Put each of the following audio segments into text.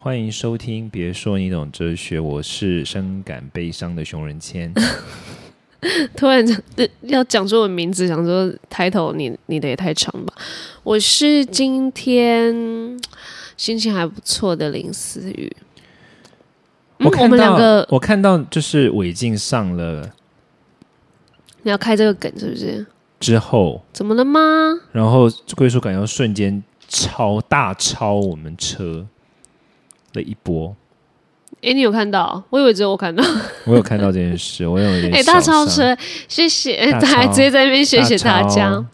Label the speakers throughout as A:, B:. A: 欢迎收听，别说你懂哲学，我是深感悲伤的熊仁谦。
B: 嗯突然讲呃要讲出我的名字，想说抬头你你的也太长吧。我是今天心情还不错的林思雨。嗯
A: 我看到
B: 们两个
A: 我看到就是韦静上了
B: 你要开这个梗是不是？
A: 之后，
B: 怎么了吗？
A: 然后归属感又瞬间超大超我们车了一波。
B: 诶，哎你有看到？我以为只有我看到。
A: 我有看到这件事，我有一点
B: 诶，
A: 小
B: 哎大超
A: 伤
B: 车，谢谢，诶
A: 大
B: 他还
A: 超
B: 直接在那边谢谢大
A: 大
B: 家
A: 超。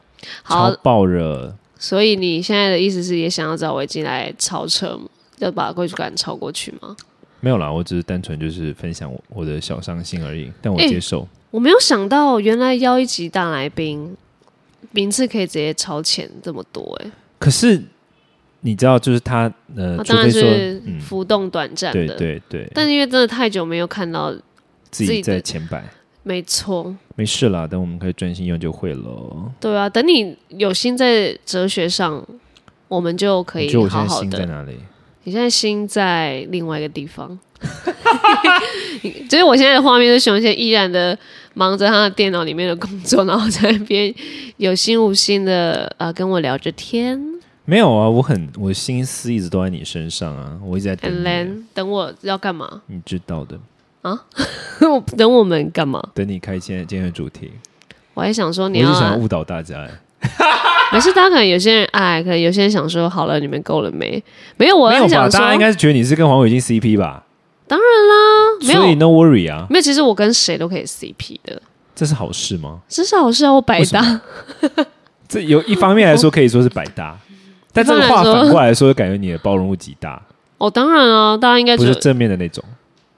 B: 好
A: 超，爆热，
B: 所以你现在的意思是也想要找我进来超车吗？要把归属感超过去吗？
A: 没有啦，我只是单纯就是分享我我的小伤心而已，但我
B: 哎
A: 接受。
B: 我没有想到，原来邀一集大来宾名次可以直接超前这么多哎、
A: 可是你知道，就是他呃，
B: 啊
A: 除非
B: 当然
A: 说
B: 是
A: 嗯，
B: 浮动短暂
A: 对
B: 的，
A: 对对，
B: 但因为真的太久没有看到，
A: 自
B: 自
A: 己
B: 己的
A: 在前百。
B: 没错，
A: 没事啦，等我们可以专心用就会了。
B: 对啊，等你有心在哲学上，我们就可
A: 你
B: 以
A: 觉得我现
B: 好
A: 在
B: 好
A: 心在
B: 的。
A: 哪里？
B: 你现在心在另外一个地方， 就是我现在的画面是熊先依然的忙着他的电脑里面的工作，然后在那边有心无心的啊、呃跟我聊着天。
A: 没有啊，我很我心思一直都在你身上啊，我一直在等
B: And
A: 你，
B: then 等我要干嘛？
A: 你知道的。
B: 我 等我们干嘛？
A: 等你开今天今天的主题，
B: 我还想说
A: 我
B: 你
A: 一
B: 要啊
A: 直想要误导大家、欸。
B: 可是大家可能有些人哎，可能有些人想说好了，你们够了没？没有，我
A: 没
B: 要
A: 有吧？
B: 想
A: 大
B: 说，
A: 家应该是觉得你是跟黄伟金 CP 吧？
B: 没有
A: 所以 no worry 啊，
B: 没有。其实我跟谁都可以 CP 的，
A: 这是好事吗？
B: 至少是要我百 搭。
A: 这有一方面来说可以说是百 搭，但这个话
B: 一方面来说
A: 反过来说，感觉你的包容度极大，
B: 哦，当然啊，大家应该
A: 不
B: 觉
A: 是
B: 得
A: 正面的那种，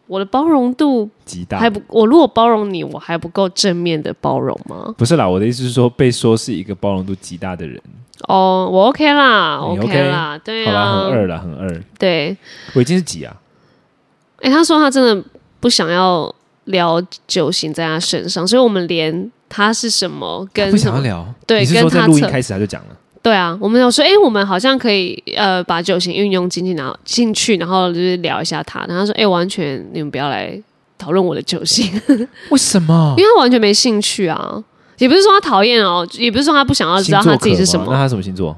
B: 我的包容度
A: 极
B: 还
A: 大。
B: 不，我如果包容你，我还不够正面的包容吗？
A: 不是啦，我的意思是说，被说是一个包容度极大的人，
B: 哦，我 OK 啦
A: 你
B: OK 啦，对
A: 好啦，很
B: 啊，
A: 二啦，很二。
B: 对。
A: 我已经是几啊？
B: 哎，他说他真的不想要聊酒型在他身上，所以我们连他是什么
A: 他
B: 跟
A: 不
B: 什
A: 想要
B: 么
A: 聊，
B: 对
A: 你是
B: 跟
A: 说在
B: 他
A: 录音
B: 扯
A: 开始他就讲了？
B: 对啊，我们有说，哎、我们好像可以呃把酒型运用进去，然后进去，然后就是聊一下他。然后他说，哎、完全你们不要来讨论我的酒型，
A: 哦
B: 因
A: 为什么
B: 为？他完全没兴趣啊。也不是说他讨厌哦，也不是说他不想要知道
A: 星座
B: 他自己
A: 可
B: 是什
A: 吗
B: 么，
A: 那他什么星座？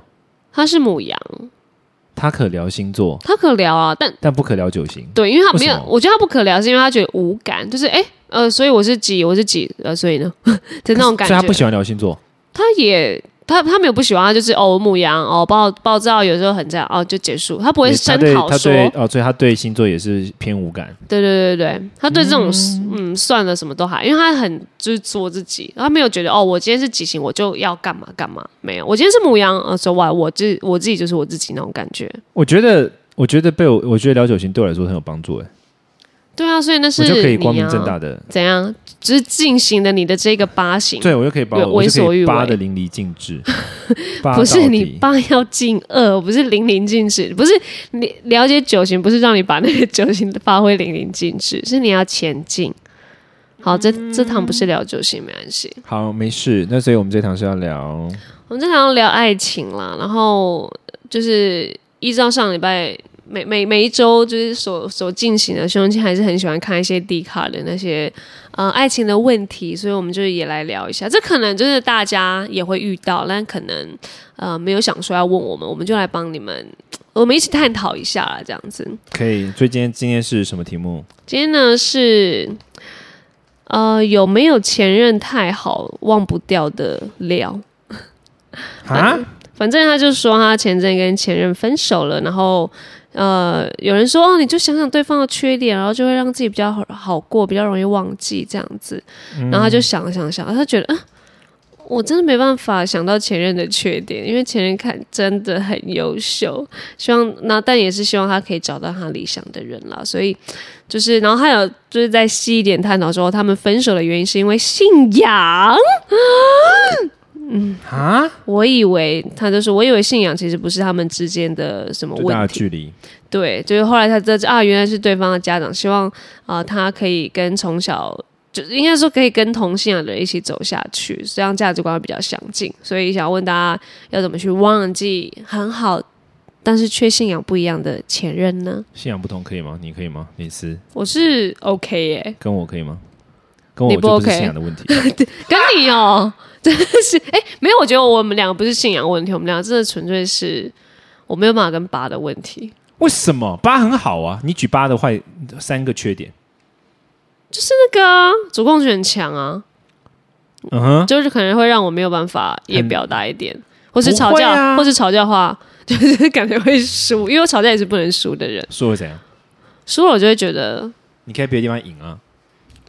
B: 他是母羊，
A: 他可聊星座，
B: 他可聊啊，但
A: 但不可聊九型。
B: 对，因为他没
A: 为什
B: 有
A: 么，
B: 我觉得他不可聊，是因为他觉得无感，就是哎、诶呃，所以我是几，我是几，呃，所以呢 的那种感
A: 所
B: 觉。
A: 以他不喜欢聊星座。
B: 他也他他没有不喜欢，他就是哦母羊哦暴暴躁，有时候很这样哦就结束，他不会
A: 他
B: 声
A: 对
B: 讨
A: 他
B: 说。
A: 对哦，所以他对星座也是偏无感。
B: 对对对对，他对这种嗯算了什么都还，因为他很就是做自己，他没有觉得哦，我今天是几型，我就要干嘛干嘛，没有，我今天是母羊，呃，说哇，我自我自己就是我自己那种感觉。
A: 我觉得，我觉得被我，我觉得聊九型对我来说很有帮助。哎，
B: 对啊，所以那是
A: 我就可以
B: 你
A: 光明
B: 啊
A: 正大的，
B: 怎样，只是进行的你的这个八型，
A: 对我就可以把
B: 为
A: 我
B: 为
A: 就
B: 所
A: 可以
B: 欲
A: 扒
B: 为
A: 的淋漓尽 致。扒
B: 不
A: 到
B: 是你
A: 底
B: 八要进二，不是淋漓尽致，不是你了解九型，不是让你把那个九型发挥淋漓尽致，是你要前进。好，这这堂不是
A: 嗯
B: 聊九型，没关系。
A: 好，没事。那所以我们这堂是要聊
B: 我们经常聊爱情啦，然后就是依照上礼拜每每每一周就是所所进行的，熊仁谦还是很喜欢看一些迪卡的那些呃爱情的问题，所以我们就也来聊一下。这可能就是大家也会遇到，但可能呃没有想说要问我们，我们就来帮你们，我们一起探讨一下啦，这样子。
A: 可以。所以今天今天是什么题目？
B: 今天呢是呃有没有前任太好忘不掉的料。呃
A: 啊？
B: 反正他就说他前阵跟前任分手了，然后呃，有人说哦，你就想想对方的缺点，然后就会让自己比较好好过，比较容易忘记这样子。然后他就想想想，他觉得啊，我真的没办法想到前任的缺点，因为前任看真的很优秀，希望那但也是希望他可以找到他理想的人啦。所以就是，然后还有就是在细一点探讨说，他们分手的原因是因为信仰。
A: 啊？
B: 我以为他就说，我以为信仰其实不是他们之间的什么
A: 最大
B: 问
A: 的
B: 题，
A: 距离。
B: 对，就是后来才知道啊，原来是对方的家长希望啊、他可以跟从小就是应该说可以跟同信仰的人一起走下去，这样价值观会比较相近，所以想问大家要怎么去忘记很好但是却信仰不一样的前任呢？
A: 信仰不同可以吗？你可以吗？李斯
B: 我是 OK 耶、
A: 跟我可以吗？跟我就
B: 你不
A: 不是
B: OK
A: 信仰的问题，
B: 跟你哦、真的是哎、没有，我觉得我们两个不是信仰问题，我们俩真的纯粹是我没有办法跟拔的问题，
A: 为什么八很好啊？你举八的坏三个缺点，
B: 就是那个啊、主控权很强啊，
A: 嗯哼，
B: 就是可能会让我没有办法也表达一点，或是吵
A: 不会
B: 架，
A: 啊
B: 或是吵架的话， 就是感觉会输，因为我吵架也是不能输的人，
A: 说会怎样？
B: 输了我就会觉得
A: 你可以别的地方赢啊，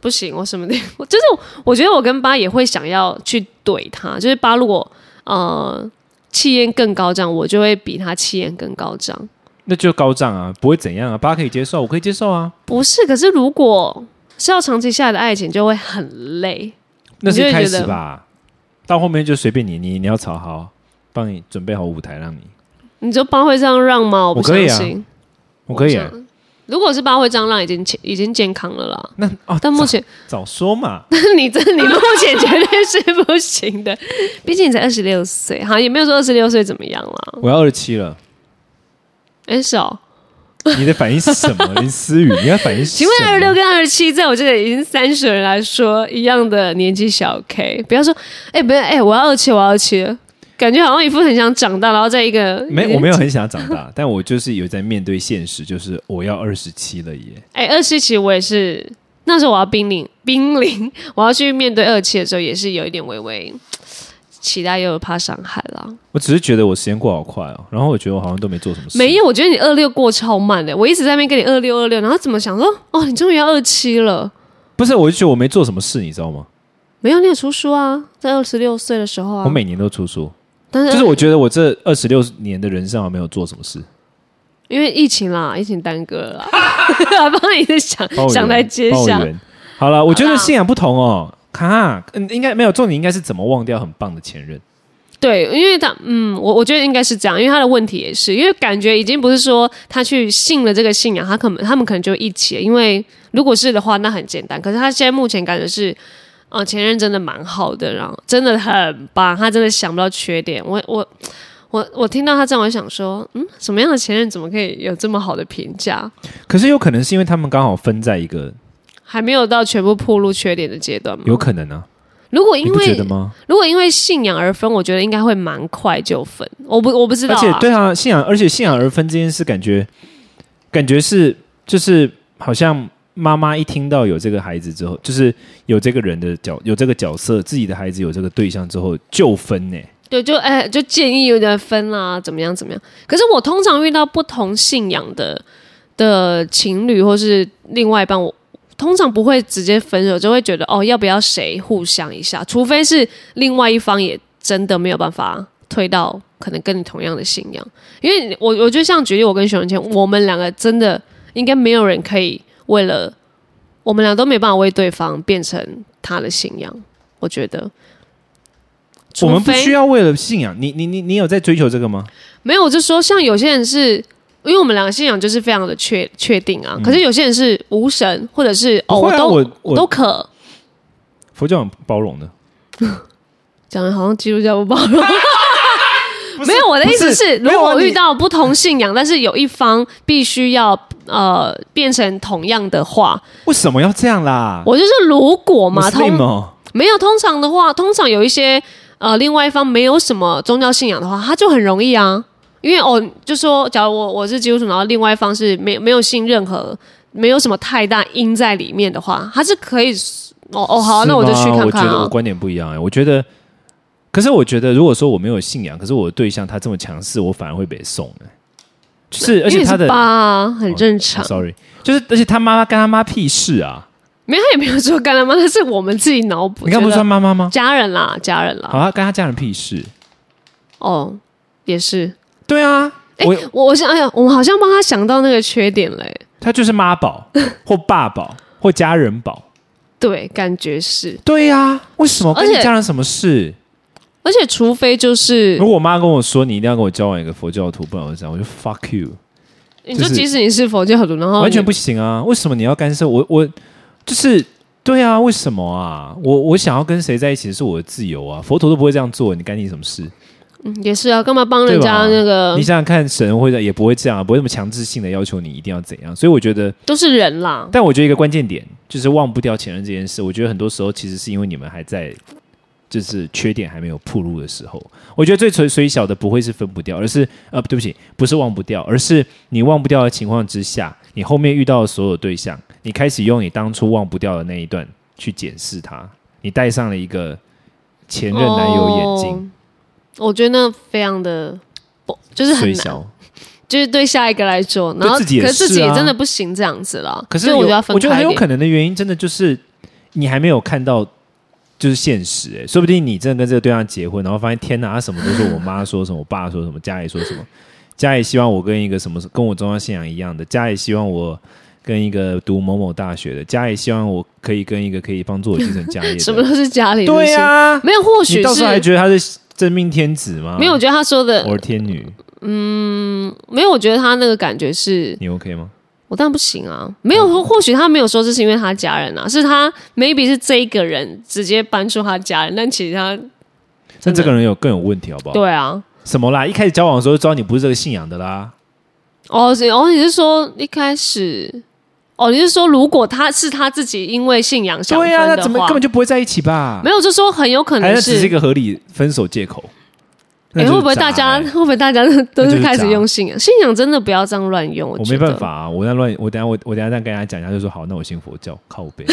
B: 不行，我什么地，我 就是我觉得我跟八也会想要去怼他，就是八如果呃气焰更高涨，我就会比他气焰更高涨。
A: 那就高涨啊，不会怎样啊，八可以接受，我可以接受啊，
B: 不是，可是如果是要长期下来的爱情，就会很累。
A: 那是
B: 你就
A: 一
B: 会
A: 开
B: 觉
A: 始
B: 得
A: 吧，到后面就随便你，你你要吵好，帮你准备好舞台让你，
B: 你就八会这样让吗？我不
A: 我可以
B: 相
A: 啊
B: 信，
A: 我可以、啊
B: 不，相如果是八会这样让，已经已经健康了啦。
A: 那哦，
B: 但目
A: 早
B: 前，
A: 早说嘛，
B: 你这你目前绝对是不行的，毕竟你才二十六岁，好像也没有说二十六岁怎么样啦。
A: 我要二十七了，
B: 哎，是哦，
A: 你的反应是 什么？林思雨，你要反应是
B: 请问
A: 什么
B: 二十六跟二十七，在我这个已经三十人来说，一样的年纪小 K，不要说，哎、不要，哎、我要二七，我要二七，感觉好像一副很想长大，然后在一个
A: 没，我没有很想长大，但我就是有在面对现实，就是我要二十七了耶。
B: 哎，二七其实我也是，那时候我要濒临濒临，我要去面对二七的时候，也是有一点微微期待，又有怕伤害啦。
A: 我只是觉得我时间过好快哦，然后我觉得我好像都没做什么事。
B: 没，有，我觉得你二六过超慢的，我一直在那边跟你二六二六，然后怎么想说，哦，你终于要二七了。
A: 不是，我就觉得我没做什么事，你知道吗？
B: 没有，你有出书啊，在二十六岁的时候啊，
A: 我每年都出书，
B: 但是
A: 就是我觉得我这二十六年的人生好像没有做什么事，
B: 因为疫情啦，疫情耽搁了 啦， 帮你想
A: 帮我
B: 想在
A: 圆
B: 接
A: 帮我
B: 下，
A: 圆好了，我觉得信仰不同哦。卡，嗯，应该没有重点，应该是怎么忘掉很棒的前任。
B: 对，因为他，嗯，我我觉得应该是这样，因为他的问题也是，因为感觉已经不是说他去信了这个信仰，他可能他们可能就一起了，因为如果是的话，那很简单。可是他现在目前感觉是，呃，前任真的蛮好的，然后真的很棒，他真的想不到缺点。我我我我听到他这样，我就想说，嗯，什么样的前任怎么可以有这么好的评价？
A: 可是有可能是因为他们刚好分在一个，
B: 还没有到全部暴露缺点的阶段吗？
A: 有可能啊，
B: 如果
A: 你
B: 因
A: 不觉
B: 为
A: 得吗？
B: 如果因为信仰而分，我觉得应该会蛮快就分。我不我不知道、
A: 而
B: 啊，
A: 且对啊，信仰，而且信仰而分这件事，感觉感觉是就是好像妈妈一听到有这个孩子之后，就是有这个人的角有这个角色，自己的孩子有这个对象之后就分呢、
B: 对，就哎、就建议有点分啦、怎么样怎么样。可是我通常遇到不同信仰的的情侣或是另外一半，我通常不会直接分手，就会觉得哦，要不要谁互相一下？除非是另外一方也真的没有办法推到可能跟你同样的信仰，因为我我觉得像举例，我跟熊仁谦，我们两个真的应该没有人可以为了我们俩都没办法为对方变成他的信仰，我觉得。
A: 我们不
B: 除非
A: 需要为了信仰，你你你你有在追求这个吗？
B: 没有，我就说像有些人是，因为我们两个信仰就是非常的确确定啊。可是有些人是无神，或者是哦，
A: 嗯不会啊
B: 都
A: 我我
B: 都可。
A: 佛教很包容的，
B: 讲的好像基督教不包容，
A: 不是
B: 没有我的意思
A: 不
B: 是，如
A: 没有啊
B: 果
A: 你
B: 遇到不同信仰，但是有一方必须要呃变成同样的话，
A: 为什么要这样啦？
B: 我就是如果嘛，
A: Muslim
B: 通
A: 哦
B: 没有通常的话，通常有一些呃，另外一方没有什么宗教信仰的话，他就很容易啊，因为哦，就说假如我我是基督徒，然后另外一方是没没有信任何没有什么太大因在里面的话，他是可以哦哦好啊、
A: 是
B: 那我就
A: 吗
B: 去看
A: 我觉
B: 看
A: 得我
B: 啊。
A: 观点不一样哎、我觉得，可是我觉得，如果说我没有信仰，可是我的对象他这么强势，我反而会被送哎、就是而
B: 因为
A: 且
B: 你
A: 他
B: 是
A: 的
B: 八、啊、很正常，
A: Oh, Sorry，就是而且他妈妈干他妈屁事啊！
B: 没有他也没有说干了吗？那是我们自己脑补。
A: 你刚不是
B: 觉
A: 说
B: 得
A: 妈妈吗？
B: 家人啦，家人
A: 好，
B: 啦，
A: 他干他家人屁事。
B: 哦，也是。
A: 对啊，我
B: 我我想，哎呀，我们好像帮他想到那个缺点嘞、
A: 他就是妈 宝或爸宝或家人宝。
B: 对，感觉是，
A: 对呀、啊，为什么
B: 而
A: 关你
B: 且
A: 家人什么事？
B: 而且除非就是
A: 如果我妈跟我说你一定要跟我交往一个佛教徒，不然我就这样，我就 fuck you，
B: 你
A: 就
B: 说
A: 是
B: 即使你是佛教徒，然后
A: 完全
B: 哦你
A: 不行啊！为什么你要干涉我？我就是对啊，为什么啊？我我想要跟谁在一起是我的自由啊，佛陀都不会这样做，你干你什么事？
B: 嗯，也是啊，干嘛帮人家
A: 对吧
B: 那个
A: 你想想看，神会的也不会这样啊，不会那么强制性的要求你一定要怎样。所以我觉得，
B: 都是人啦，
A: 但我觉得一个关键点就是忘不掉前任这件事。我觉得很多时候其实是因为你们还在，就是缺点还没有暴露的时候。我觉得最最最小的不会是分不掉，而是呃，对不起，不是忘不掉，而是你忘不掉的情况之下，你后面遇到的所有对象，你开始用你当初忘不掉的那一段去检视它，你戴上了一个前任男友眼镜，
B: 哦我觉得那非常的不，就是很
A: 最
B: 难，
A: 小。
B: 就是对下一个来说，然后
A: 自己也
B: 可是自己
A: 是啊
B: 真的不行这样子了。
A: 可是
B: 所以
A: 有
B: 我觉得要分
A: 我觉得
B: 开
A: 很
B: 一
A: 有
B: 点。
A: 可能的原因，真的就是你还没有看到就是现实、哎，说不定你真的跟这个对象结婚，然后发现天哪，他啊什么都是我妈说什么，我爸说什么，家里说什么，家里希望我跟一个什么跟我宗教信仰一样的，家里希望我。跟一个读某某大学的，家里希望我可以跟一个可以帮助我继承家业
B: 什么
A: 的，
B: 都是家里的
A: 对
B: 呀、
A: 呀、
B: 没有，或
A: 你
B: 许
A: 到时
B: 是
A: 候还觉得他是真命天子吗？
B: 没有。我，觉得他说的
A: 我是天女，
B: 没有，我觉得他那个感觉是
A: 你 OK 吗？
B: 我当然不行啊。没
A: 嗯
B: 有，或许他没有说这是因为他家人啊，是他 maybe 是这一个人直接搬出他家人，但其实他
A: 那
B: 真的
A: 这个人有更有问题好不好？
B: 对啊。
A: 什么啦？一开始交往的时候就知道你不是这个信仰的啦。
B: 哦，是哦，你是说一开始？哦，你是说如果他是他自己因为信仰想分
A: 对
B: 的
A: 呀、
B: 话，
A: 那怎么根本就不会在一起吧？
B: 没有，就说很有可
A: 还
B: 能
A: 是只是一
B: 是。
A: 个合理分手借口。
B: 哎、
A: 那就是
B: 会不会
A: 渣
B: 大家
A: 欸
B: 会不会大家都
A: 就是是
B: 开始
A: 渣
B: 用信仰？信仰真的不要这样乱用，我
A: 我
B: 觉
A: 没
B: 得
A: 办法啊！我在乱，我等下我我等下这样跟大家讲一下，就说好，那我信佛教，靠背，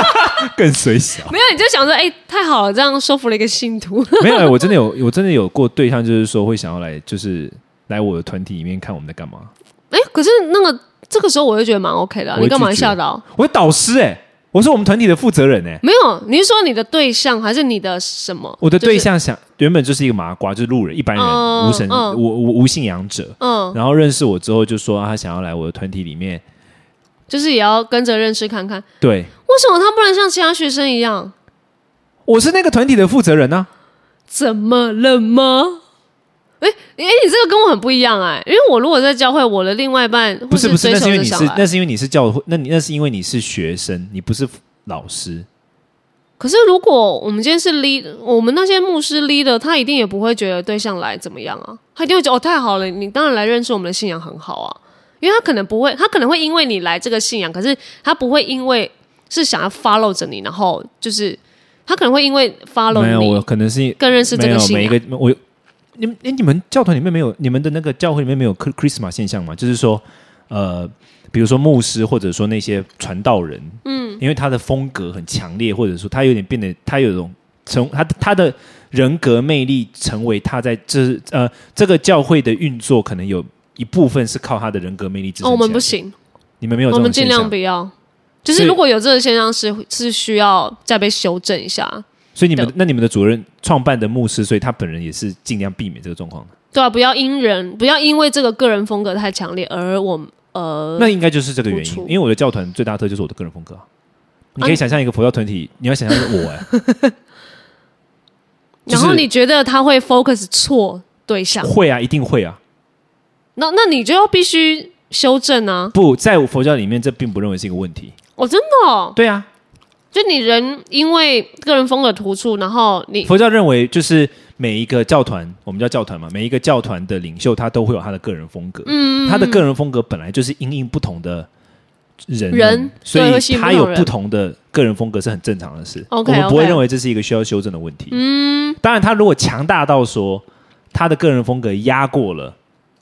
A: 更随小。
B: 没有，你就想说，哎、太好了，这样收服了一个信徒。
A: 没有、我真的有，我真的有过对象，就是说会想要来，就是来我的团体里面看我们在干嘛。
B: 哎、可是那个这个时候我就觉得蛮 OK 的啊、
A: 我会
B: 你干嘛
A: 拒绝
B: 吓到？
A: 我是导师哎、我是我们团体的负责人哎、
B: 没有，你是说你的对象还是你的什么？
A: 我的
B: 就是
A: 对，象想、原本就是一个麻瓜，就是路人，一般人，
B: 嗯
A: 无神，
B: 嗯
A: 无无无信仰者。
B: 嗯，
A: 然后认识我之后，就说、啊他想要来我的团体里面，
B: 就是也要跟着认识看看，
A: 对
B: 为什么他不能像其他学生一样？
A: 我是那个团体的负责人啊。
B: 怎么了吗？哎、哎、你这个跟我很不一样哎、因为我如果在教会我的另外一半，
A: 不是
B: 或
A: 不是，
B: 哦追
A: 那是
B: 求
A: 因为
B: 者
A: 你
B: 想
A: 是
B: 来
A: 那是因为你是教会，那你那是因为你是学生，你不是老师。
B: 可是如果我们今天是 lead，我们那些牧师 leader，他一定也不会觉得对象来怎么样啊，他一定会觉得哦太好了，你当然来认识我们的信仰很好啊，因为他可能不会，他可能会因为你来这个信仰，可是他不会因为是想要 follow 着你，然后就是他可能会因为 follow
A: 没有，我
B: 你
A: 可能是
B: 更认识这
A: 没
B: 个
A: 有
B: 信
A: 每一
B: 仰。
A: 个我你们哎，你们教团里面没有你们的那个教会里面没有 Chri- Christmas 现象吗？就是说，呃，比如说牧师或者说那些传道人，嗯，因为他的风格很强烈，或者说他有点变得他有一种成他他的人格魅力成为他在这呃这个教会的运作，可能有一部分是靠他的人格魅力支撑起来
B: 哦，
A: 的。
B: 我们不行，
A: 你们没有这
B: 我
A: 种
B: 们尽
A: 现象
B: 量不要。就是
A: 所以
B: 如果有这个现象是是需要再被修正一下，
A: 所以你们
B: 对
A: 那你们的主任创办的牧师，所以他本人也是尽量避免这个状况的。
B: 对啊，不要因人，不要因为这个个人风格太强烈而我们呃
A: 那应该就是这个原因
B: 突，出
A: 因为我的教团最大特就是我的个人风格啊、你可以想象一个佛教团体，你要想象是我哎、 就是
B: 然后你觉得他会 focus 错对象，
A: 会啊，一定会啊。
B: 那那你就要必须修正啊！
A: 不在佛教里面，这并不认为是一个问题。
B: 我、真的、哦，
A: 对啊，
B: 就你人因为个人风格突出，然后你
A: 佛教认为就是每一个教团，我们叫教团嘛，每一个教团的领袖他都会有他的个人风格，嗯，他的个人风格本来就是因应不同的人
B: 人
A: 所
B: 对会吸
A: 以
B: 引不
A: 他
B: 同
A: 有
B: 人
A: 不同的个人风格是很正常的事。
B: OK，
A: 我们不会
B: OK
A: 认为这是一个需要修正的问题。嗯，当然，他如果强大到说他的个人风格压过了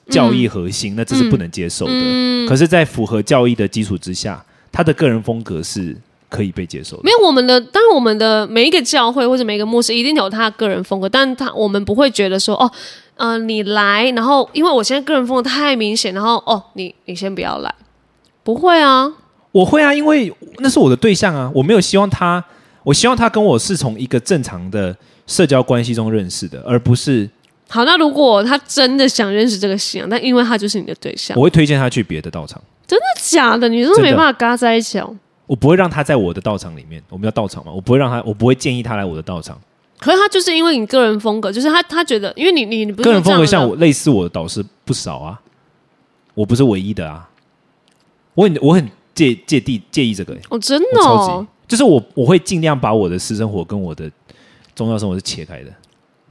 A: 教义核心，
B: 嗯
A: 那这是不能接受的。可是，在符合教义的基础之下，他的个人风格是可以被接受的
B: 没。有我们的，当然我们的每一个教会或者每一个牧师一定有他的个人风格，但他我们不会觉得说哦，呃，你来，然后因为我现在个人风格太明显，然后哦，你你先不要来，不会啊，
A: 我会啊，因为那是我的对象啊，我没有希望他，我希望他跟我是从一个正常的社交关系中认识的，而不是
B: 好，那如果他真的想认识这个信仰，但因为他就是你的对象，
A: 我会推荐他去别的道场，
B: 那假的，你真的
A: 真
B: 没
A: 的
B: 办法跟他在一起哦。
A: 我不会让他在我的道场里面，我们叫道场嘛，我不会让他，我不会建议他来我的道场。
B: 可是他就是因为你个人风格，就是他他觉得，因为你你你不是
A: 个人风格
B: 这
A: 像
B: 样啊的
A: 我类似我的导师不少啊，我不是唯一的啊，我很我很介介地介意这个、欸，
B: 哦，真
A: 我
B: 的、
A: 超
B: 哦
A: 级，就是我我会尽量把我的私生活跟我的宗教生活是切开的。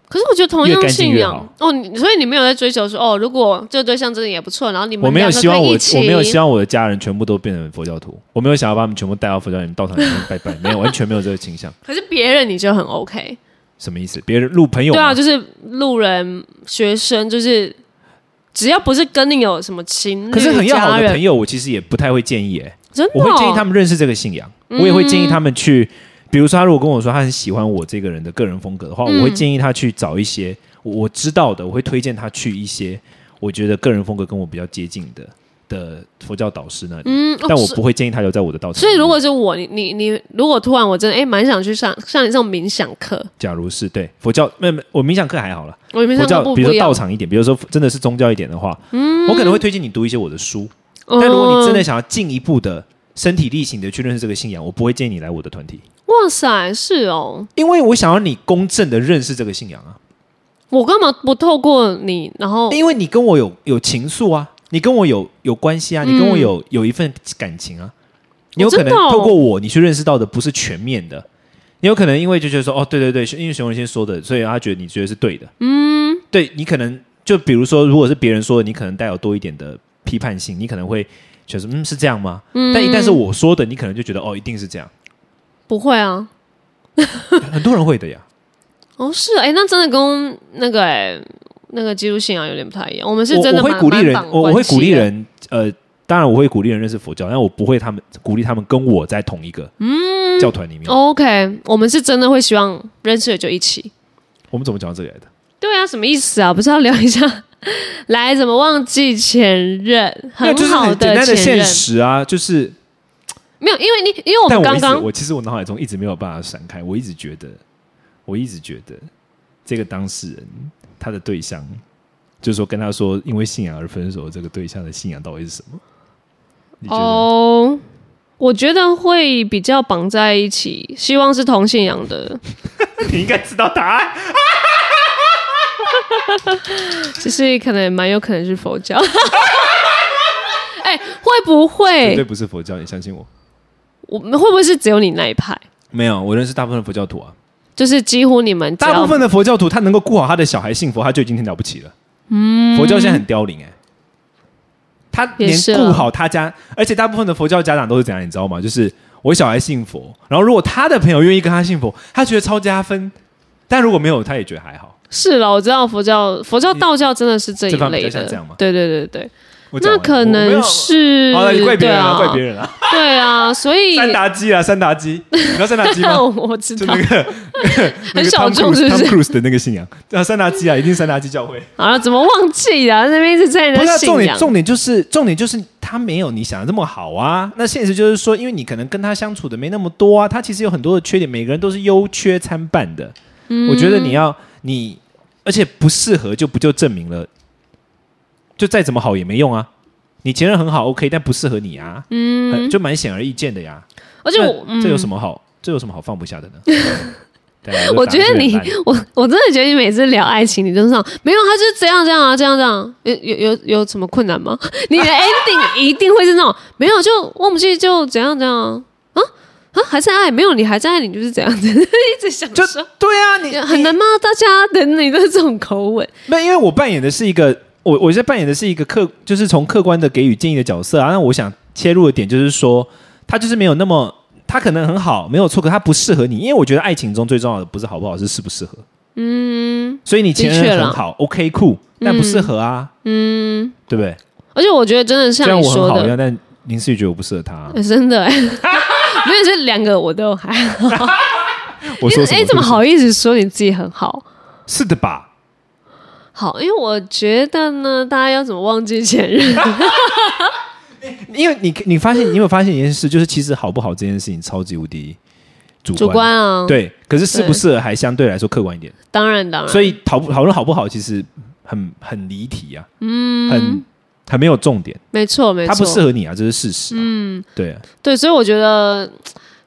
B: 可是我觉得同
A: 越
B: 样
A: 干净
B: 信
A: 越
B: 仰
A: 好
B: 哦，你所以你没有在追求说哦，如果这个对象真的也不错，然后你们
A: 我没有
B: 两个
A: 希望
B: 可以
A: 我
B: 一起
A: 我没有希望我的家人全部都变成佛教徒，我没有想要把他们全部带到佛教里面道场里面拜拜，没有完全没有这个倾向。
B: 可是别人你就很 OK，
A: 什么意思？别人路朋友
B: 对啊，
A: 吗
B: 就是路人、学生，就是只要不是跟你有什么情侣、
A: 可是很要好
B: 家
A: 的
B: 人
A: 朋友，我其实也不太会建议、欸，
B: 真的、哦嗯
A: 我会建议他，们认识这个信仰，我也会建议他们去，比如说他如果跟我说他很喜欢我这个人的个人风格的话，
B: 嗯
A: 我会建议他去找一些我我知道的，我会推荐他去一些我觉得个人风格跟我比较接近的的佛教导师那里，
B: 嗯，哦
A: 但我
B: 所
A: 不会建议他留在我的道场里面。
B: 所以如果是我，你你你，如果突然我真的哎蛮想去上上你这种冥想课，
A: 假如是对佛教，没有没有我冥想课还好了，
B: 我冥
A: 佛
B: 想课
A: 教
B: 不
A: 比如
B: 不一
A: 说
B: 样
A: 道，场一点，比如说真的是宗教一点的话，我可能会推荐你读一些我的书，但
B: 嗯
A: 如果你真的想要进一步的身体力行的去认识这个信仰，我不会建议你来我的团体。
B: 哇塞，是哦，
A: 因为我想要你公正的认识这个信仰啊，
B: 我干嘛不透过你，然后
A: 因为你跟我有有情愫啊，你跟我有有关系啊，
B: 嗯
A: 你跟我有有一份感情啊，你有
B: 哦
A: 可
B: 真
A: 能
B: 的哦
A: 透过我，你去认识到的不是全面的，你有可能因为就觉得说，哦，对对对，因为熊仁先说的，所以他觉得你觉得是对的，嗯，对你可能就比如说，如果是别人说的，你可能带有多一点的批判性，你可能会觉得嗯是这样吗？但一旦是我说的，你可能就觉得哦一定是这样，
B: 不会啊？
A: 很多人会的呀。
B: 哦，是哎，那真的跟那个哎那个基督信仰有点不太一样。我们是
A: 我
B: 真的
A: 我会
B: 蛮
A: 鼓励人
B: 蛮，绑
A: 我我会
B: 关系
A: 鼓励
B: 的
A: 人，呃，当然我会鼓励人认识佛教，但我不会他们鼓励他们跟我在同一个
B: 嗯
A: 教团里面。
B: 哦 OK，我们是真的会希望认识了就一起。
A: 我们怎么讲到这里来的？
B: 对啊，什么意思啊？不是要聊一下来怎么忘记前任？
A: 那就是
B: 好
A: 很简单的
B: 前
A: 现
B: 任，
A: 实啊，就是。
B: 没有，因为你因为我
A: 但我
B: 们刚
A: 一直
B: 刚
A: 我其实我脑海中一直没有办法闪开，我一直觉得，我一直觉得这个当事人他的对象，就是说跟他说因为信仰而分手，这个对象的信仰到底是什么？你觉得？
B: 哦，我觉得会比较绑在一起，希望是同信仰的。
A: 你应该知道答案。
B: 其实可能蛮有可能是佛教。 哎、会不
A: 绝对
B: 会
A: 不是佛教，你相信我。
B: 我们会不会是只有你那一派？
A: 没有，我认识大部分的佛教徒啊。
B: 就是几乎你们只要
A: 大部分的佛教徒，他能够顾好他的小孩幸福，他就已经很了不起了。佛教现在很凋零哎、他
B: 嗯也
A: 连
B: 是啊
A: 顾好他家，而且大部分的佛教家长都是怎样，你知道吗？就是我小孩信佛，然后如果他的朋友愿意跟他信佛，他觉得超加分；但如果没有，他也觉得还好。
B: 是了，我知道佛教、佛教、道教真的是这一
A: 这方面
B: 类
A: 比较
B: 的
A: 像这样吗，
B: 对对对对，
A: 我讲
B: 那
A: 完
B: 可
A: 我没有
B: 能是
A: 好了，你怪别
B: 对
A: 人啊，
B: 啊，
A: 怪别人啊！
B: 对啊，所以
A: 三达基啊，三达基，你知道三达基 吗？
B: 我我知
A: 就
B: 道
A: 那，个 那个
B: 很小
A: Tom
B: 众
A: Cruise-
B: 是不是
A: Tom Cruise 的那个信仰，啊，三达基啊，一定三达基教会。
B: 好了，怎么忘记啊？那边一直在
A: 不是
B: 那
A: 啊重
B: 信
A: 点，
B: 仰，
A: 重点就是重点就是他没有你想的这么好啊。那现实就是说，因为你可能跟他相处的没那么多啊，他其实有很多的缺点，每个人都是优缺参半的。
B: 嗯
A: 我觉得你要你，而且不适合就不就证明了，就再怎么好也没用啊。你前任很好，OK，但不适合你啊，嗯，就蛮显而易见的呀。
B: 而且我嗯
A: 那这有什么好？这有什么好放不下的 呢？对啊
B: 我觉得你
A: 我就打个冷，
B: 我我真的觉得你每次聊爱情，你都是那种没有，他就是这样这样啊，这样这样，有有有有什么困难吗？ 你的 ending 一定会是那种没有，就忘不记就怎样怎样啊啊，还在爱，没有你还在爱，你就是这样子， 一直想
A: 就
B: 说。
A: 对啊，你
B: 很难吗？大家等你的这种口吻，
A: 那因为我扮演的是一个，我我在扮演的是一个客，就是从客观的给予建议的角色啊。那我想切入的点就是说，他就是没有那么，他可能很好，没有错，可他不适合你。因为我觉得爱情中最重要的不是好不好，是适不适合。嗯，所以你前
B: 的确
A: 任
B: 啦
A: 很好，OK 酷，但不适合啊。嗯，对不对？
B: 而且我觉得真的
A: 虽
B: 像
A: 然
B: 你
A: 我很
B: 说
A: 好一
B: 的，
A: 样，但林思雨觉得我不适合他啊、
B: 呃真的、欸， 没有是两个我都还好。
A: 我说什么？
B: 哎、怎么好意思说你自己很好？
A: 是的吧？
B: 好，因为我觉得呢，大家要怎么忘记前任？
A: 因为你你发现你有没有发现一件事，就是其实好不好这件事情超级无敌主
B: 主观啊，，
A: 对，可是适不
B: 对
A: 适合还相对来说客观一点。
B: 当然当然，
A: 所以讨讨论好不好，其实很很离题啊，嗯，很很没有重点，
B: 没错没错，
A: 它不适合你啊，这是事实、啊，嗯，对啊，
B: 对，所以我觉得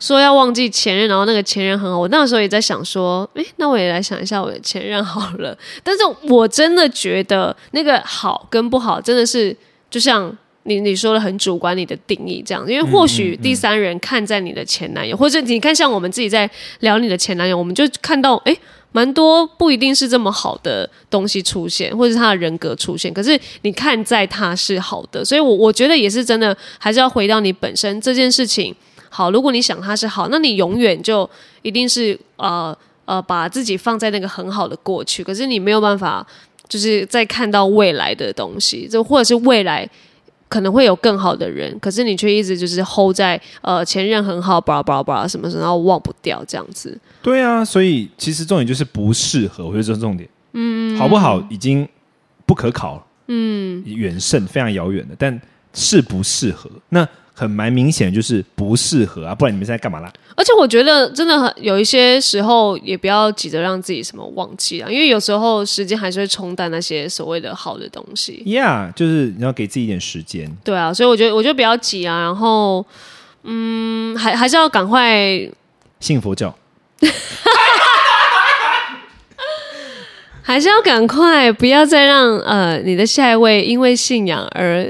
B: 说要忘记前任，然后那个前任很好，我那个时候也在想说，诶，那我也来想一下我的前任好了。但是我真的觉得那个好跟不好，真的是就像。你 你说的很主观，你的定义这样，因为或许第三人看在你的前男友，或者你看像我们自己在聊你的前男友，我们就看到，诶，蛮多不一定是这么好的东西出现，或者是他的人格出现。可是你看在他是好的，所以我我觉得也是真的，还是要回到你本身这件事情。好，如果你想他是好，那你永远就一定是呃呃把自己放在那个很好的过去，可是你没有办法就是再看到未来的东西，就或者是未来。可能会有更好的人，可是你却一直就是 hold 在呃前任很好，巴拉巴拉巴拉什么什么，然后忘不掉这样子。
A: 对啊，所以其实重点就是不适合，我觉得这是重点。嗯，好不好已经不可考了，嗯，远胜非常遥远的，但适不适合，那很蛮明显就是不适合啊，不然你们现在干嘛啦？
B: 而且我觉得真的很有一些时候也不要急着让自己什么忘记啊，因为有时候时间还是会冲淡那些所谓的好的东西。
A: Yeah，就是你要给自己一点时间。
B: 对啊，所以我觉得我觉得不要急啊，然后嗯，还还是要赶快
A: 信佛教，
B: 还是要赶快，不要再让呃你的下一位因为信仰而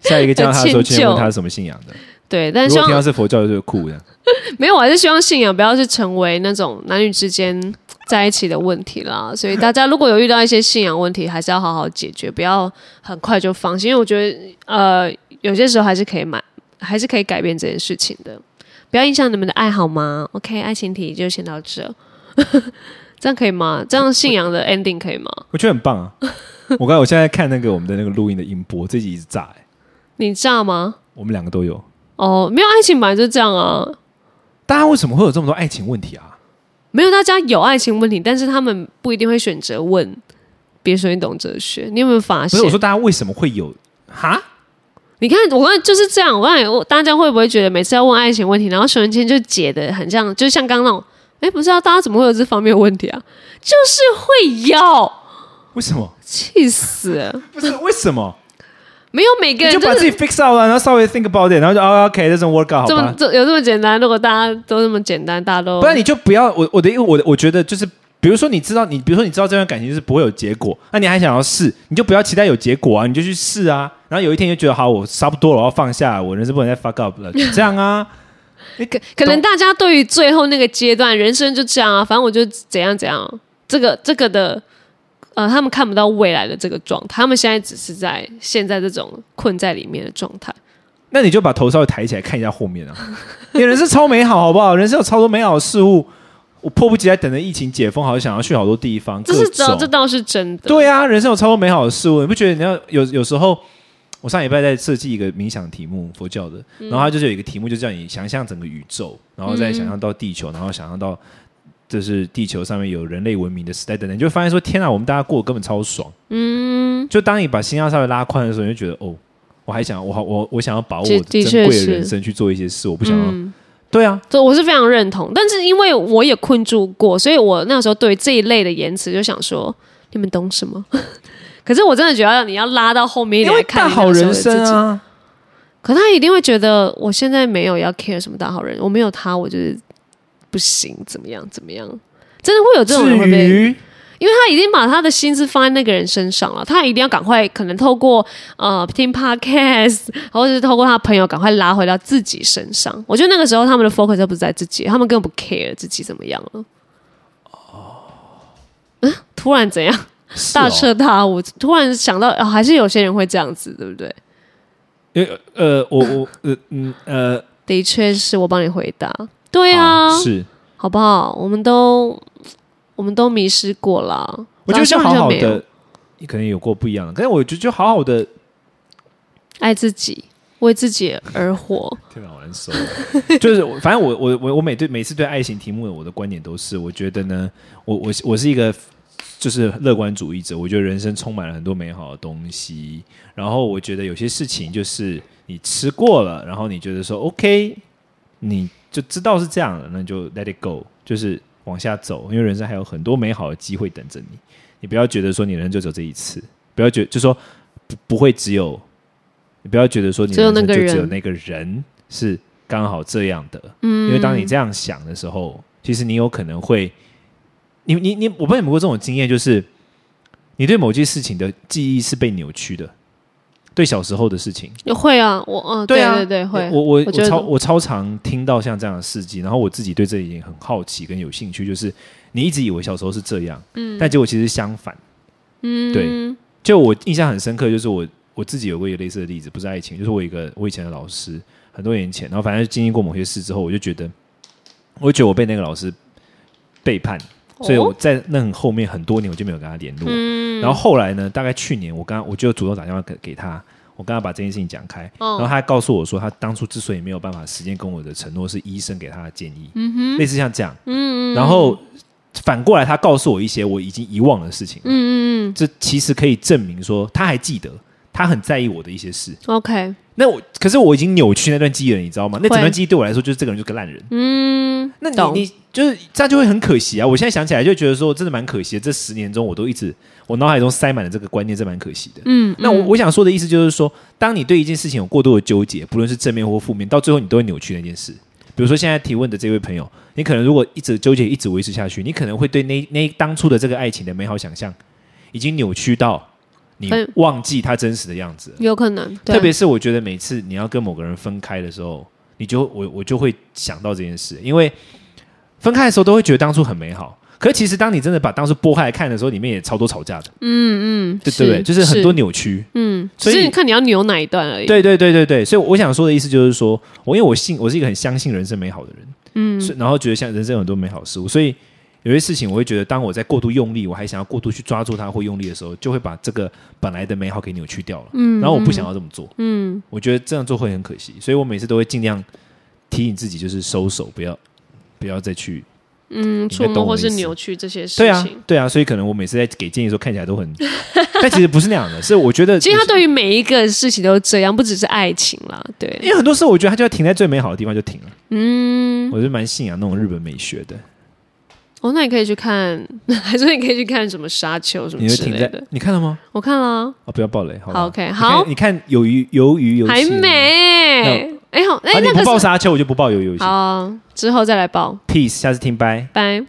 A: 下一个见到 他的时候，
B: 歉
A: 先问
B: 疚
A: 他是什么信仰的。
B: 对，但
A: 如
B: 希
A: 果听
B: 望
A: 到是佛教，就是酷的。
B: 没有，我还是希望信仰不要是成为那种男女之间在一起的问题啦。所以大家如果有遇到一些信仰问题，还是要好好解决，不要很快就放弃，因为我觉得呃有些时候还是可以买，还是可以改变这件事情的。不要影响你们的爱好吗？OK，爱情题就先到这， 这样可以吗？这样信仰的 ending 可以吗？
A: 我觉得很棒啊！ 我刚我现在看那个我们的那个录音的音波，这集一直炸、欸，
B: 你炸吗？
A: 我们两个都有。
B: 哦，没有爱情本来就这样啊，
A: 大家为什么会有这么多爱情问题啊？
B: 没有大家有爱情问题，但是他们不一定会选择问。别说你懂哲学，你有没有发
A: 不
B: 现？
A: 是我说，大家为什么会有哈？
B: 你看，我刚才就是这样。我刚才我大家会不会觉得每次要问爱情问题，然后熊仁谦就解的很像，就像刚刚那种，哎，不知道大家怎么会有这方面的问题啊？就是会有，
A: 为什么？
B: 气死了！
A: 不是为什么？
B: 没有每个
A: 你
B: 人
A: 就把
B: 就
A: 自
B: 是
A: 己 fix out 啊了，然后稍微 think about it，然后就哦 OK，这种 work out
B: 这
A: 好
B: 么
A: 吧？
B: 这有这么简单。如果大家都这么简单，大家都
A: 不然你就不要我我的因为我的我觉得就是，比如说你知道你，比如说你知道这段感情就是不会有结果，那你还想要试，你就不要期待有结果啊，你就去试啊。然后有一天你就觉得好，我差不多了，我要放下，我人生不能再 fuck up 了，就这样啊。
B: 可可能大家对于最后那个阶段，人生就这样啊，反正我就怎样怎样。这个这个的，呃，他们看不到未来的这个状态，他们现在只是在现在这种困在里面的状态。
A: 那你就把头稍微抬起来看一下后面啊， 你人生超美好，好不好？人生有超多美好的事物，我迫不及待等着疫情解封，好想要去好多地方，
B: 这
A: 各
B: 是这这
A: 种。
B: 倒是真的。
A: 对啊，人生有超多美好的事物，你不觉得？你要有有时候，我上礼拜在设计一个冥想题目，佛教的，
B: 嗯
A: 然后它就是有一个题目，就叫你想象整个宇宙，然后再想象到地球，然后想象到就是地球上面有人类文明的时代等等，你就会发现说，天啊，我们大家过得根本超爽。
B: 嗯，
A: 就当你把心量稍微拉宽的时候，你就觉得哦，我还想我好我我想要把握我
B: 这
A: 的
B: 的
A: 珍
B: 确嗯
A: 贵的
B: 是
A: 人生去做一些事，我不想要。对啊，
B: 这我是非常认同。但是因为我也困住过，所以我那时候对这一类的言辞就想说，你们懂什么？ 可是我真的觉得你要拉到后面一
A: 因
B: 点
A: 为
B: 来
A: 大
B: 看
A: 好人生
B: 你那时候的自己！
A: 啊，
B: 可他一定会觉得我现在没有要 care 什么大好人，我没有他，我就是不行，怎么样怎么样？真的会有这种人
A: 至
B: 会被
A: 于
B: 因为他已经把他的心思放在那个人身上了，他一定要赶快，可能透过呃听 podcast，或者是透过他朋友，赶快拉回到自己身上。我觉得那个时候他们的 focus 都不是在自己，他们根本不 care 自己怎么样了。哦，嗯，突然怎样、
A: 哦是
B: 大
A: 哦
B: 彻大悟？突然想到、哦，还是有些人会这样子，对不对？
A: 因为呃，我我呃嗯呃，
B: 的确是我帮你回答，对啊，
A: 好是，
B: 好不好？我们都我们都迷失过了，
A: 我觉得就
B: 当时
A: 好好
B: 没有
A: 的，你可能有过不一样的，但是我觉得就好好的，
B: 爱自己，为自己而活。
A: 天哪，好难受。 就是我反正我我我我每对每次对爱情题目的我的观点都是，我觉得呢，我我我是一个就是乐观主义者，我觉得人生充满了很多美好的东西。然后我觉得有些事情就是你吃过了，然后你觉得说 OK，你就知道是这样了，那你就 let it go，就是往下走，因为人生还有很多美好的机会等着你。你不要觉得说你人生就只有这一次，不要觉就说不不会只有，你不要觉得说你
B: 只有
A: 人生
B: 那
A: 就
B: 个
A: 只有
B: 人
A: 那个人是刚好这样的，嗯，因为当你这样想的时候，其实你有可能会，你你你，我不知道有没有过这种经验，就是你对某件事情的记忆是被扭曲的，对小时候的事情。
B: 会啊，我嗯，
A: 对
B: 对
A: 啊
B: 对对会，
A: 我我
B: 我
A: 我
B: 觉得
A: 超我超常听到像这样的事迹，然后我自己对这一点很好奇跟有兴趣，就是你一直以为小时候是这样，嗯，但结果其实相反。
B: 嗯，
A: 对就我印象很深刻，就是我我自己有过一个类似的例子，不是爱情，就是我一个我以前的老师，很多年前，然后反正经历过某些事之后，我就觉得，我就觉得我被那个老师背叛，所以我
B: 哦
A: 在那很后面很多年我就没有跟他联络。
B: 嗯，
A: 然后后来呢，大概去年我刚我就主动打电话给给他，我跟他把这件事情讲开，
B: 嗯
A: 然后他还告诉我说，他当初之所以没有办法实践跟我的承诺，是医生给他的建议，类似像这样。
B: 嗯嗯
A: 然后反过来，他告诉我一些我已经遗忘的事情。
B: 嗯嗯
A: 这其实可以证明说他还记得，他很在意我的一些事。
B: 嗯，OK，
A: 那我可是我已经扭曲那段记忆了，你知道吗？那整
B: 会
A: 段记忆对我来说就是这个人就是个烂人。
B: 嗯，
A: 那你
B: 懂
A: 你就是这样就会很可惜啊！我现在想起来就觉得说真的蛮可惜的。这十年中我都一直我脑海中塞满了这个观念，这蛮可惜的。
B: 嗯，
A: 那我
B: 嗯
A: 我想说的意思就是说，当你对一件事情有过度的纠结，不论是正面或负面，到最后你都会扭曲那件事。比如说现在提问的这位朋友，你可能如果一直纠结、一直维持下去，你可能会对那那当初的这个爱情的美好想象，已经扭曲到你
B: 嗯
A: 忘记它真实的样子了。
B: 有可能，嗯对
A: 特别是我觉得每次你要跟某个人分开的时候，你就我我就会想到这件事，因为分开的时候都会觉得当初很美好，可是其实当你真的把当初剥开来看的时候，里面也超多吵架的，
B: 嗯嗯，
A: 对对不对？就是很多
B: 是，
A: 扭曲。
B: 嗯，
A: 所
B: 所
A: 以
B: 以你看你要扭哪一段而已，，
A: 对对对对对，所以我想说的意思就是说，我因为我信我是一个很相信人生美好的人，
B: 嗯
A: 所以然后觉得像人生有很多美好事物，所以有些事情我会觉得，当我在过度用力，我还想要过度去抓住它或用力的时候，就会把这个本来的美好给扭曲掉了。
B: 嗯
A: 然后我不想要这么做，
B: 嗯，
A: 我觉得这样做会很可惜，所以我每次都会尽量提醒自己，就是收手，不要不要再去。
B: 嗯，
A: 该
B: 触
A: 懂
B: 摸
A: 我
B: 或
A: 意
B: 是
A: 思
B: 扭曲这些事
A: 对啊
B: 情。，
A: 对啊，所以可能我每次在给建议的时候，看起来都很， 但其实不是那样的，是我觉得
B: 其实他对于每一个事情都这样，不只是爱情啦，
A: 因
B: 对，
A: 为很多事，我觉得它就要停在最美好的地方就停了。
B: 嗯，
A: 我是蛮信仰那种日本美学的。
B: 哦，那你可以去看， 还是你可以去看什么沙丘什
A: 你
B: 么
A: 会
B: 之
A: 停
B: 类
A: 在
B: 的，
A: 你看了吗？
B: 我看了啊，
A: 哦，不要暴雷，好吧
B: 好，OK，
A: 你看
B: 好
A: 你看鱿鱼鱿鱼游戏
B: 还没，哎好，哎
A: 啊，你
B: 那
A: 不
B: 个
A: 报
B: 是
A: 沙丘，我就不报鱿鱼游戏
B: 好。啊，之后再来报，
A: Peace，下次听，拜。
B: 拜。